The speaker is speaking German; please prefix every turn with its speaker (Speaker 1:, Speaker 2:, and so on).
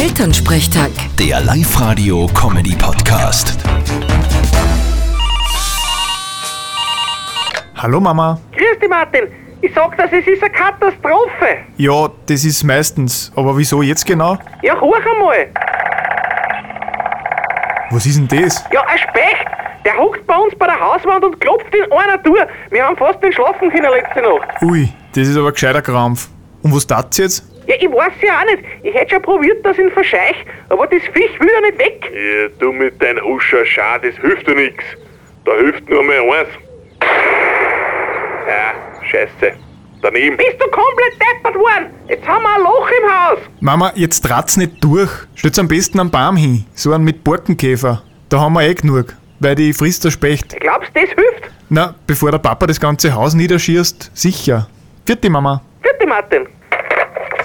Speaker 1: Elternsprechtag.
Speaker 2: Der Live-Radio-Comedy-Podcast.
Speaker 3: Hallo Mama.
Speaker 4: Grüß dich, Martin. Ich sag das, es ist eine Katastrophe.
Speaker 3: Ja, das ist meistens. Aber wieso jetzt genau?
Speaker 4: Ja, hoch einmal.
Speaker 3: Was ist denn das?
Speaker 4: Ja, ein Specht. Der huckt bei uns bei der Hauswand und klopft in einer Tour. Wir haben fast nicht schlafen können letzte Nacht.
Speaker 3: Ui, das ist aber gescheiter Krampf. Und was tat's jetzt?
Speaker 4: Ja, ich weiß ja auch nicht. Ich hätte schon probiert, dass ihn verscheich, aber das Viech will ja nicht weg.
Speaker 5: Ja, Äh, du mit dein Uschaschar, das hilft dir nix. Da hilft nur mal eins. Ja, scheiße. Daneben.
Speaker 4: Bist du komplett deppert worden? Jetzt haben wir ein Loch im Haus.
Speaker 3: Mama, jetzt trat's nicht durch. Stellt's am besten am Baum hin. So einen mit Borkenkäfer. Da haben wir eh genug. Weil die frisst der Specht.
Speaker 4: Glaubst du, das hilft?
Speaker 3: Na, bevor der Papa das ganze Haus niederschießt, sicher. Vierte Mama.
Speaker 4: Vierte Martin.